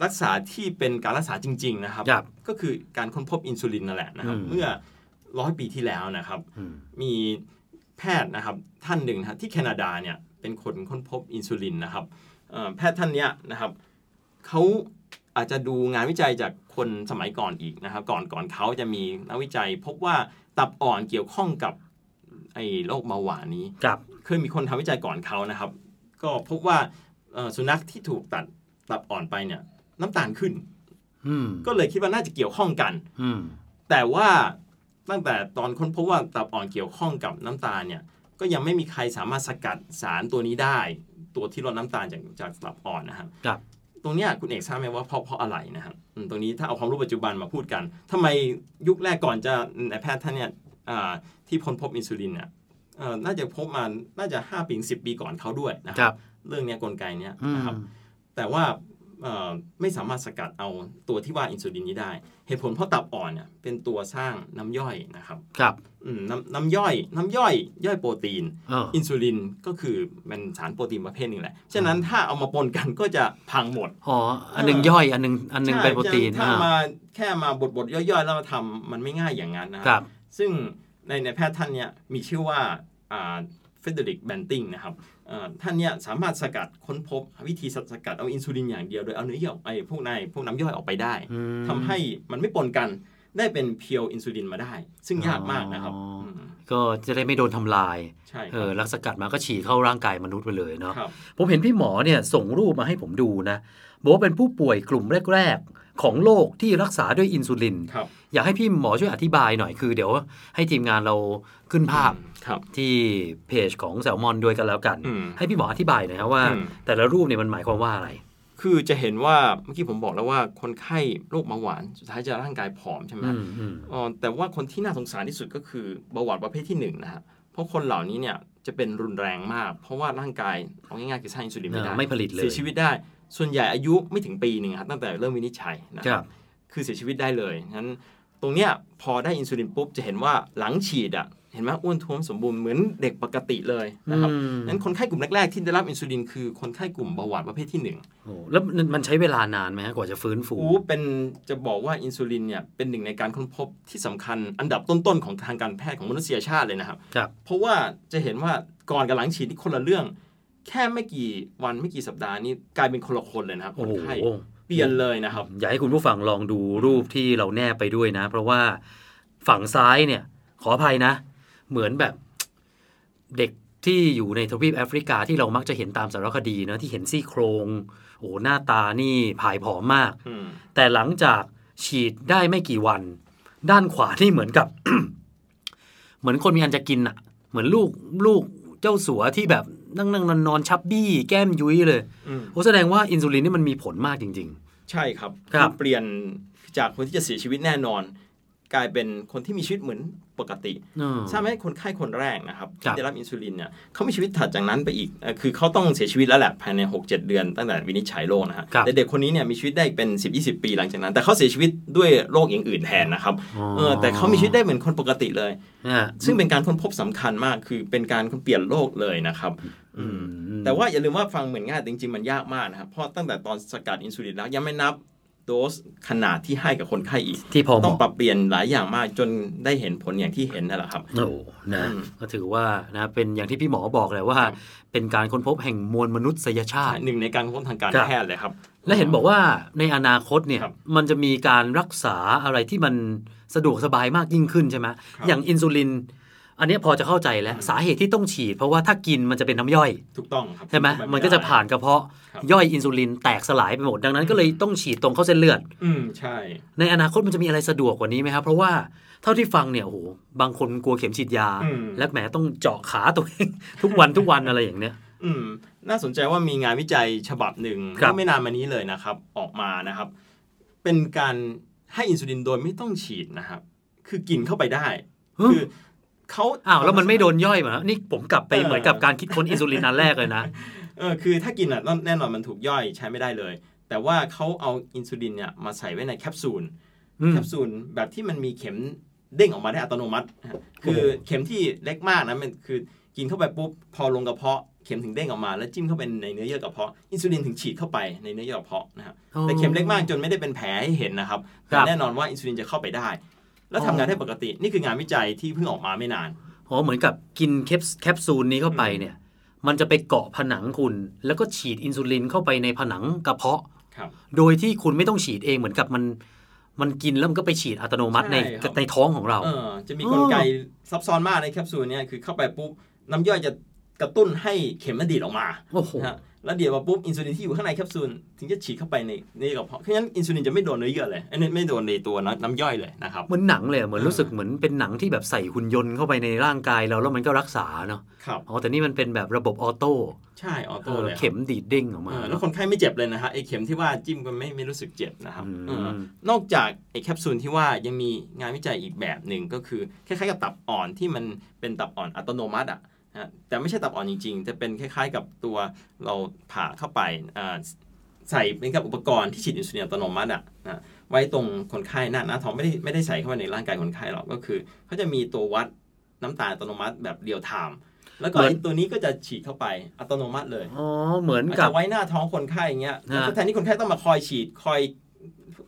[SPEAKER 5] รักษาที่เป็นการรักษาจริง ๆ นะครับ
[SPEAKER 4] ครับ
[SPEAKER 5] ก็คือการค้นพบอินซูลินนั่นแหละนะครับ
[SPEAKER 4] อืม
[SPEAKER 5] เมื่อร้อยปีที่แล้วนะครับ
[SPEAKER 4] อืม
[SPEAKER 5] มีแพทย์นะครับท่านหนึ่งนะฮะที่แคนาดาเนี่ยเป็นคนค้นพบอินซูลินนะครับเอ่อแพทย์ท่านเนี้ยนะครับเขาอาจจะดูงานวิจัยจากคนสมัยก่อนอีกนะครับ ก่อนก่อนเขาจะมีนักวิจัย พบว่าตับอ่อนเกี่ยวข้องกับไอ้โรคเบาหวานนี้
[SPEAKER 4] ครับ
[SPEAKER 5] เคยมีคนทำวิจัยก่อนเขานะครับ ก็พบว่าเอ่อสุนัขที่ถูกตัดตับอ่อนไปเนี่ยน้ำตาลขึ้น
[SPEAKER 4] อืม
[SPEAKER 5] ก็เลยคิดว่าน่าจะเกี่ยวข้องกัน
[SPEAKER 4] อืม
[SPEAKER 5] แต่ว่าตั้งแต่ตอนค้นพบว่าตับอ่อนเกี่ยวข้องกับน้ำตาลเนี่ยก็ยังไม่มีใครสามารถสกัดสารตัวนี้ได้ ตัวที่ลดน้ำตาลจากจากตับอ่อนนะครับ
[SPEAKER 4] ครับ
[SPEAKER 5] ตรงเนี้ยคุณเอกทราบไหมว่าเพราะเพราะอะไรนะครับอืมตรงนี้ถ้าเอาความรู้ปัจจุบันมาพูดกันทำไมยุคแรกก่อนจะนายแพทย์ท่านเนี่ยอ่าที่ค้นพบอินซูลินเนี่ยเอ่อน่าจะพบมาน่าจะ5ปีสิปีก่อนเขาด้วยนะค
[SPEAKER 4] ครั
[SPEAKER 5] รับ เรื่องเนี้ยกลไกเนี้ย
[SPEAKER 4] อืม
[SPEAKER 5] นะครับ แต่ว่าเอ่อไม่สามารถสกัดเอาตัวที่ว่าอินซูลินนี้ได้ เหตุผลเพราะตับอ่อนเนี่ยเป็นตัวสร้างน้ำย่อยนะครับ
[SPEAKER 4] ครับ
[SPEAKER 5] อืมน้ำน้ำย่อยน้ำย่อยย่อยโปรตีน
[SPEAKER 4] เออ
[SPEAKER 5] อินซูลินก็คือเป็นสารโปรตีนประเภทหนึ่งแหละ ฉะนั้นถ้าเอามาปนกันก็จะพังหมด
[SPEAKER 4] อ๋อ อันหนึ่งย่อย อันหนึ่งอันหนึ่ง
[SPEAKER 5] ใช่
[SPEAKER 4] เป็นโปรตีน
[SPEAKER 5] ฉะถ้า
[SPEAKER 4] อ่า
[SPEAKER 5] มาแค่มาบดบดๆย่อยๆ แล้วมาทำมันไม่ง่ายอย่างนั้นนะค
[SPEAKER 4] ครับ รับ
[SPEAKER 5] ซึ่งในในแพทย์ท่านเนี่ยมีชื่อว่าเฟเดริกแบนติงนะครับเอ่อท่านเนี่ยสามารถสกัดค้นพบวิธีสกัดเอาอินซูลินอย่างเดียวโดยเอาเนื้อเยื่อไอ้พวกในพวกน้ำย่อยออกไปได้ ทำให้มันไม่ปนกันได้เป็นเพียวอินซูลินมาได้ ซึ่งยากมากนะครับ
[SPEAKER 4] อ๋ออื
[SPEAKER 5] ม
[SPEAKER 4] ก็จะได้ไม่โดนทำลาย
[SPEAKER 5] ใช่ค
[SPEAKER 4] เออบ
[SPEAKER 5] รั
[SPEAKER 4] ลักสกัดมาก็ฉีดเข้าร่างกายมนุษย์ไปเลยเนาะ
[SPEAKER 5] ครับ
[SPEAKER 4] ผมเห็นพี่หมอเนี่ยส่งรูปมาให้ผมดูนะ บอกว่าเป็นผู้ป่วยกลุ่มแรก ๆ ของโลกที่รักษาด้วยอินซูลิน
[SPEAKER 5] ครับ
[SPEAKER 4] อยากให้พี่หมอช่วยอธิบายหน่อยคือเดี๋ยวให้ทีมงานเราขึ้นภาพ
[SPEAKER 5] ครับ
[SPEAKER 4] ที่เพจของแซลมอนด้วยกันแล้วกัน
[SPEAKER 5] อืม
[SPEAKER 4] ให้พี่หมออธิบายหน่อยครับว่า
[SPEAKER 5] อืม
[SPEAKER 4] แต่ละรูปเนี่ยมันหมายความว่าอะไร
[SPEAKER 5] คือจะเห็นว่าเมื่อกี้ผมบอกแล้วว่าคนไข้โรคเบาหวานสุดท้ายจะร่างกายผอมใช่ไหม
[SPEAKER 4] อืมอืม
[SPEAKER 5] อ๋อแต่ว่าคนที่น่าสงสารที่สุดก็คือเบาหวานประเภทที่หนึ่งนะฮะเพราะคนเหล่านี้เนี่ยจะเป็นรุนแรงมาก เพราะว่าร่างกายเอาง่ายๆคือสร้างอินซูลินไม่
[SPEAKER 4] เอ
[SPEAKER 5] ได้
[SPEAKER 4] อไม่ผลิตเลย
[SPEAKER 5] เสียชีวิตได้ ส่วนใหญ่อายุไม่ถึงปีหนึ่งครับตั้งแต่เริ่มวินิจฉัยนะค
[SPEAKER 4] ครับ รับ
[SPEAKER 5] คือเสียชีวิตได้เลยงั้นตรงเนี้ยพอได้อินซูลินปุ๊บจะเห็นว่าหลังฉีดอ่ะ เห็นไหมอ้วนท้วมสมบูรณ์เหมือนเด็กปกติเลยนะครับ
[SPEAKER 4] อืม
[SPEAKER 5] งั้นคนไข้กลุ่มแรกๆ ที่ได้รับอินซูลินคือคนไข้กลุ่มเบาหวานประเภทที่หนึ่ง
[SPEAKER 4] โอ้แล้วมันมันใช้เวลานานไหมฮะกว่าจะฟื้นฟู
[SPEAKER 5] อู้เป็นจะบอกว่าอินซูลินเนี่ยเป็นหนึ่งในการค้นพบที่สำคัญอันดับต้นๆของทางการแพทย์ของมนุษยชาติเลยนะครับ
[SPEAKER 4] ครับ
[SPEAKER 5] เพราะว่าจะเห็นว่าก่อนกับหลังฉีดนี่คนละเรื่อง แค่ไม่กี่วันไม่กี่สัปดาห์นี้กลายเป็นคนละคนเลยนะครับ
[SPEAKER 4] โอ้
[SPEAKER 5] คน
[SPEAKER 4] โห
[SPEAKER 5] ไข้เปลี่ยนเลยนะครับ
[SPEAKER 4] อยากให้คุณผู้ฟังลองดูรูปที่เราแนบไปด้วยนะ เพราะว่าฝั่งซ้ายเนี่ย ขออภัยนะ เหมือนแบบเด็กที่อยู่ในทวีปแอฟริกาที่เรามักจะเห็นตามสารคดีนะที่เห็นซี่โครง โอ้โหหน้าตานี่ผายผอมมาก
[SPEAKER 5] อืม
[SPEAKER 4] แต่หลังจากฉีดได้ไม่กี่วัน ด้านขวานี่เหมือนกับ เหมือนคนมีอันจะกินอะเหมือนลูกลูกเจ้าสัวที่แบบนั่งนั่งนอนนอนๆชับบี้แก้มยุ้ยเลย
[SPEAKER 5] อืม
[SPEAKER 4] โอ้แสดงว่าอินซูลินนี่มันมีผลมากจริง
[SPEAKER 5] ใช่ครับ
[SPEAKER 4] ครับ
[SPEAKER 5] อเปลี่ยนจากคนที่จะเสียชีวิตแน่นอน กลายเป็นคนที่มีชีวิตเหมือนปกติ
[SPEAKER 4] ๆอืม
[SPEAKER 5] ทราบไหมคนไข้คนแรกนะครับ
[SPEAKER 4] ครั
[SPEAKER 5] ที่
[SPEAKER 4] บ
[SPEAKER 5] ได้รับอินซูลินเนี่ยเขามีชีวิตถัดจากนั้นไปอีกเอ่อคือเขาต้องเสียชีวิตแล้วแหละภายใน 6-7 เดือนตั้งแต่วินิจฉัยโรคนะฮะ
[SPEAKER 4] ครับ
[SPEAKER 5] แต่เด็กคนนี้เนี่ยมีชีวิตได้เป็น 10-20 ปีหลังจากนั้น แต่เขาเสียชีวิตด้วยโรคอย่างอื่นแทนนะครับเออแต่เขามีชีวิตได้เหมือนคนปกติเลย
[SPEAKER 4] อ่า
[SPEAKER 5] ซึ่งเป็นการค้นพบสำคัญมากคือเป็นการเปลี่ยนโลกเลยนะครับ
[SPEAKER 4] อืม
[SPEAKER 5] แต่ว่าอย่าลืมว่าฟังเหมือนง่ายแต่จริงๆ มันยากมากนะครับ เพราะตั้งแต่ตอนสกัดอินซูลินแล้วยังไม่นับโดสขนาดที่ให้กับคนไข้อีก
[SPEAKER 4] ที่พอเหมาะ
[SPEAKER 5] ต้องปรับเปลี่ยนหลายอย่างมากจนได้เห็นผลอย่างที่เห็นนั่นแหละครับ
[SPEAKER 4] โอ้นะ
[SPEAKER 5] อืม
[SPEAKER 4] ก็ถือว่านะเป็นอย่างที่พี่หมอบอกแหละว่า เป็นการค้นพบแห่งมวลมนุษยชาติ
[SPEAKER 5] หนึ่งในการค้นพบทางการ
[SPEAKER 4] ครับ
[SPEAKER 5] แพทย์เลยครับ
[SPEAKER 4] และเห็นบอกว่าในอนาคตเนี่ย
[SPEAKER 5] ครับ
[SPEAKER 4] มันจะมีการรักษาอะไรที่มันสะดวกสบายมากยิ่งขึ้นใช่ไหม
[SPEAKER 5] ครับ
[SPEAKER 4] อย่างอินซูลิน อันเนี้ยพอจะเข้าใจแล้วสาเหตุที่ต้องฉีด เพราะว่าถ้ากินมันจะเป็นน้ำย่อย
[SPEAKER 5] ถูกต้องครับ
[SPEAKER 4] ใช่ไหมมันก็จะผ่านกระเพาะ
[SPEAKER 5] ครับ
[SPEAKER 4] ย่อยอินซูลินแตกสลายไปหมดดังนั้นก็เลยต้องฉีดตรงเข้าเส้นเลือด
[SPEAKER 5] อืมใช่
[SPEAKER 4] ในอนาคตมันจะมีอะไรสะดวกกว่านี้ไหมครับ เพราะว่าเท่าที่ฟังเนี่ยโอ้โหบางคนกลัวเข็มฉีดยา และแหมต้องเจาะขาตัวเอง ทุกวันทุกวันอะไรอย่างเนี้ย
[SPEAKER 5] อืมน่าสนใจว่ามีงานวิจัยฉบับหนึ่ง
[SPEAKER 4] ครับ
[SPEAKER 5] เมื่อไม่นานมานี้เลยนะครับ ออกมานะครับ เป็นการให้อินซูลินโดยไม่ต้องฉีดนะครับ คือกินเข้าไปได้ คือ เขา
[SPEAKER 4] อ้าวแล้วมันไม่โดนย่อยเหรอนี่ผมกลับไปเหมือนกับการคิดค้นอินซูลินอันแรกเลยนะ
[SPEAKER 5] เออคือถ้ากินอ่ะแน่นอนมันถูกย่อยใช้ไม่ได้เลย แต่ว่าเขาเอาอินซูลินเนี่ยมาใส่ไว้ในแคปซูล
[SPEAKER 4] อืม
[SPEAKER 5] แคปซูลแบบที่มันมีเข็มเด้งออกมาได้อัตโนมัตินะฮะคือเข็มที่เล็กมากนะมันคือกินเข้าไปปุ๊บพอลงกระเพาะเข็มถึงเด้งออกมา แล้วจิ้มเข้าไปในเนื้อเยื่อกระเพาะอินซูลินถึงฉีดเข้าไปในเนื้อเยื่อกระเพาะนะครับแต่เข็มเล็กมากจนไม่ได้เป็นแผลให้เห็นนะครับ
[SPEAKER 4] ครั
[SPEAKER 5] แต่
[SPEAKER 4] บ
[SPEAKER 5] แน่นอนว่าอินซูลินจะเข้าไปได้ แล้วทำงานได้ปกตินี่คืองานวิจัยที่เพิ่งออกมาไม่นาน
[SPEAKER 4] อ๋อเหมือนกับกินแคปแคปซูลนี้เข้าไปเนี่ย มันจะไปเกาะผนังคุณ แล้วก็ฉีดอินซูลินเข้าไปในผนังกระเพาะ
[SPEAKER 5] ครับ
[SPEAKER 4] โดยที่คุณไม่ต้องฉีดเองเหมือนกับมันมันกินแล้วมันก็ไปฉีดอัตโนมัติใน
[SPEAKER 5] ใช่ครับ
[SPEAKER 4] ในท้องของเรา
[SPEAKER 5] เออจะมีกลไกซับซ้อนมากในแคปซูลเนี่ยคือเข้าไปปุ๊บน้ำย่อยจะกระตุ้นให้เข็มมันดีดออกมา
[SPEAKER 4] โอ้โห
[SPEAKER 5] นะฮะแล้วเดี๋ยวมาปุ๊บอินซูลินที่อยู่ข้างในแคปซูลถึงจะฉีดเข้าไปในในกระเพาะเพราะฉะนั้นอินซูลินจะไม่โดนเนื้อเยื่อเลยอันนี้ไม่โดนในตัวน้ำน้ำย่อยเลยนะครับ
[SPEAKER 4] เหมือนหนังเลยอะเหมือน
[SPEAKER 5] เออ
[SPEAKER 4] รู้สึกเหมือนเป็นหนังที่แบบใส่หุ่นยนต์เข้าไปในร่างกายเราแล้วมันก็รักษาเนาะ
[SPEAKER 5] ครับ
[SPEAKER 4] อ๋อแต่นี่มันเป็นแบบระบบออโต้
[SPEAKER 5] ใช่ออ
[SPEAKER 4] เอ
[SPEAKER 5] โต้
[SPEAKER 4] อ
[SPEAKER 5] เลยครับ
[SPEAKER 4] เข็มดีดเด้งออกมา
[SPEAKER 5] เออแล้วคนไข้ไม่เจ็บเลยนะฮะไอเข็มที่ว่าจิ้มก็ไม่ไม่รู้สึกเจ็บนะครับ
[SPEAKER 4] อืม
[SPEAKER 5] เออนอกจากไอแคปซูลที่ว่ายังมีงานวิจัยอีกแบบหนึ่งก็คือคล้ายๆกับตับอ่อนที่มันเป็นตับอ่อนอัตโนมัติอ่ะนะฮะแต่ไม่ใช่ตับอ่อนจริงๆจะเป็นคล้าย ๆ กับตัวเราผ่าเข้าไปอ่าใส่เป็นกับอุปกรณ์ที่ฉีดอินซูลินอัตโนมัติอ่ะนะ ไว้ตรงคนไข้หน้าหน้าท้องไม่ได้ไม่ได้ใส่เข้าไปในร่างกายคนไข้หรอกก็คือเขาจะมีตัววัดน้ำตาลอัตโนมัติแบบเรียลไทม์แล้วก็
[SPEAKER 4] เหมือน
[SPEAKER 5] ไอ้ตัวนี้ก็จะฉีดเข้าไปอัตโนมัติเลย
[SPEAKER 4] อ๋อเหมือน
[SPEAKER 5] อาจ
[SPEAKER 4] กับ
[SPEAKER 5] จะไว้หน้าท้องคนไข้อย่างเงี้ย
[SPEAKER 4] ฮะ
[SPEAKER 5] แล้วแทนที่คนไข้ต้องมาคอยฉีดคอย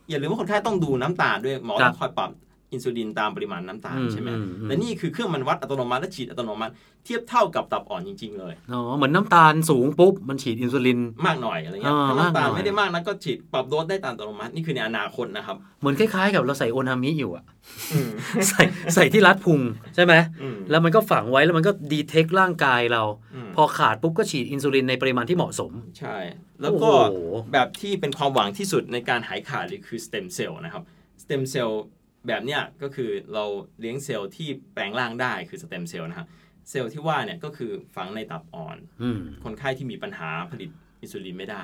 [SPEAKER 5] อย่าลืมว่าคนไข้ต้องดูน้ำตาลด้วยหมอ
[SPEAKER 4] ครับ
[SPEAKER 5] ต้องคอยปรับอินซูลินตามปริมาณน้ำตาล
[SPEAKER 4] อืม
[SPEAKER 5] ใช่ไหม
[SPEAKER 4] อืมอืม
[SPEAKER 5] และนี่คือเครื่องมันวัดอัตโนมัติและฉีดอัตโนมัติ เทียบเท่ากับตับอ่อนจริง ๆ เลย
[SPEAKER 4] อ๋อเหมือนน้ำตาลสูงปุ๊บมันฉีดอินซูลิน
[SPEAKER 5] มากหน่อยอะไรเงี้ย
[SPEAKER 4] อ่า
[SPEAKER 5] ถ้าน้ำ
[SPEAKER 4] มาก
[SPEAKER 5] ตาล
[SPEAKER 4] หน่อย
[SPEAKER 5] ไม่ได้มากนะก็ฉีดปรับโดสได้ตามอัตโนมัตินี่คือในอนาคตนะครับ
[SPEAKER 4] เหมือนคล้ายๆกับเราใส่โอนามิอยู่อะใส่ใส่ที่รัดพุงใช่ไหม
[SPEAKER 5] อืม
[SPEAKER 4] แล้วมันก็ฝังไว้แล้วมันก็ดีเทคร่างกายเรา
[SPEAKER 5] อืม
[SPEAKER 4] พอขาดปุ๊บก็ฉีดอินซูลินในปริมาณที่เหมาะสม
[SPEAKER 5] ใช่ แล้วก็
[SPEAKER 4] โอ้โห
[SPEAKER 5] แบบที่เป็นความหวังที่สุดในการหายขาดเลยคือสเต็มเซลล์นะครับสเต็มเซลล์แบบเนี้ยก็คือเราเลี้ยงเซลล์ที่แปลงร่างได้คือสเต็มเซลล์นะฮะเซลล์ที่ว่าเนี่ยก็คือฝังในตับอ่อน
[SPEAKER 4] อืม
[SPEAKER 5] คนไข้ที่มีปัญหาผลิตอินซูลินไม่ได้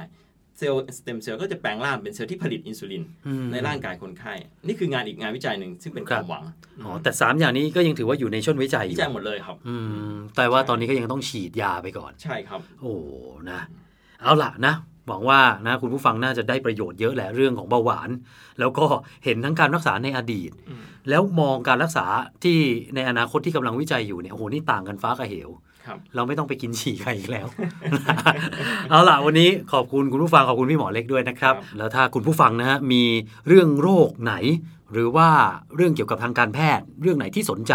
[SPEAKER 5] เซลล์สเต็มเซลล์ก็จะแปลงร่างเป็นเซลล์ที่ผลิตอินซูลิน
[SPEAKER 4] อืม
[SPEAKER 5] ในร่างกายคนไข้ นี่คืองานอีกงานวิจัยหนึ่งซึ่งเป็นค
[SPEAKER 4] ครั
[SPEAKER 5] วา
[SPEAKER 4] บ
[SPEAKER 5] มหวัง
[SPEAKER 4] อ๋อแต่สามอย่างนี้ก็ยังถือว่าอยู่ในช่วงวิจัยอ
[SPEAKER 5] วิ
[SPEAKER 4] ยู่
[SPEAKER 5] จัยหมดเลยครับ
[SPEAKER 4] อืมแต่ว่าตอนนี้ก็ยังต้องฉีดยาไปก่อน
[SPEAKER 5] ใช่ครับ
[SPEAKER 4] โอ้นะ เอาล่ะนะ หวังว่านะคุณผู้ฟังน่าจะได้ประโยชน์เยอะแหละเรื่องของเบาหวาน แล้วก็เห็นทั้งการรักษาในอดีต
[SPEAKER 5] อืม
[SPEAKER 4] แล้วมองการรักษาที่ในอนาคตที่กำลังวิจัยอยู่เนี่ยโอ้โหนี่ต่างกันฟ้ากับเหว
[SPEAKER 5] ครับ
[SPEAKER 4] เราไม่ต้องไปกินฉี่ใครอีกแล้ว เอาล่ะวันนี้ขอบคุณคุณผู้ฟังขอบคุณพี่หมอเล็กด้วยนะครับ
[SPEAKER 5] ครับ
[SPEAKER 4] แล้วถ้าคุณผู้ฟังนะฮะมีเรื่องโรคไหน หรือว่าเรื่องเกี่ยวกับทางการแพทย์ เรื่องไหนที่สนใจ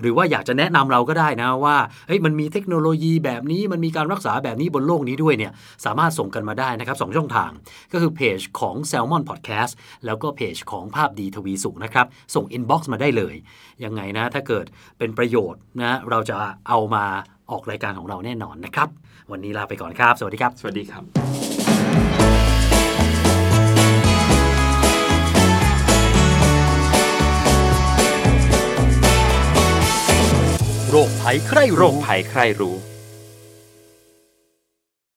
[SPEAKER 4] หรือว่าอยากจะแนะนำเราก็ได้นะว่าเฮ้ยมันมีเทคโนโลยีแบบนี้มันมีการรักษาแบบนี้บนโลกนี้ด้วยเนี่ยสามารถส่งกันมาได้นะครับสองช่องทาง ก็คือเพจของ Salmon Podcast แล้วก็เพจของภาพดีทวีสุขนะครับ ส่ง Inbox มาได้เลย ยังไงนะ ถ้าเกิดเป็นประโยชน์นะ เราจะเอามาออกรายการของเราแน่นอนนะครับ วันนี้ลาไปก่อนครับ สวัสดีครับ
[SPEAKER 5] สวัสดีครับ
[SPEAKER 3] โรคภัยใคร
[SPEAKER 6] โร
[SPEAKER 3] รู้
[SPEAKER 6] คภัยใครรู้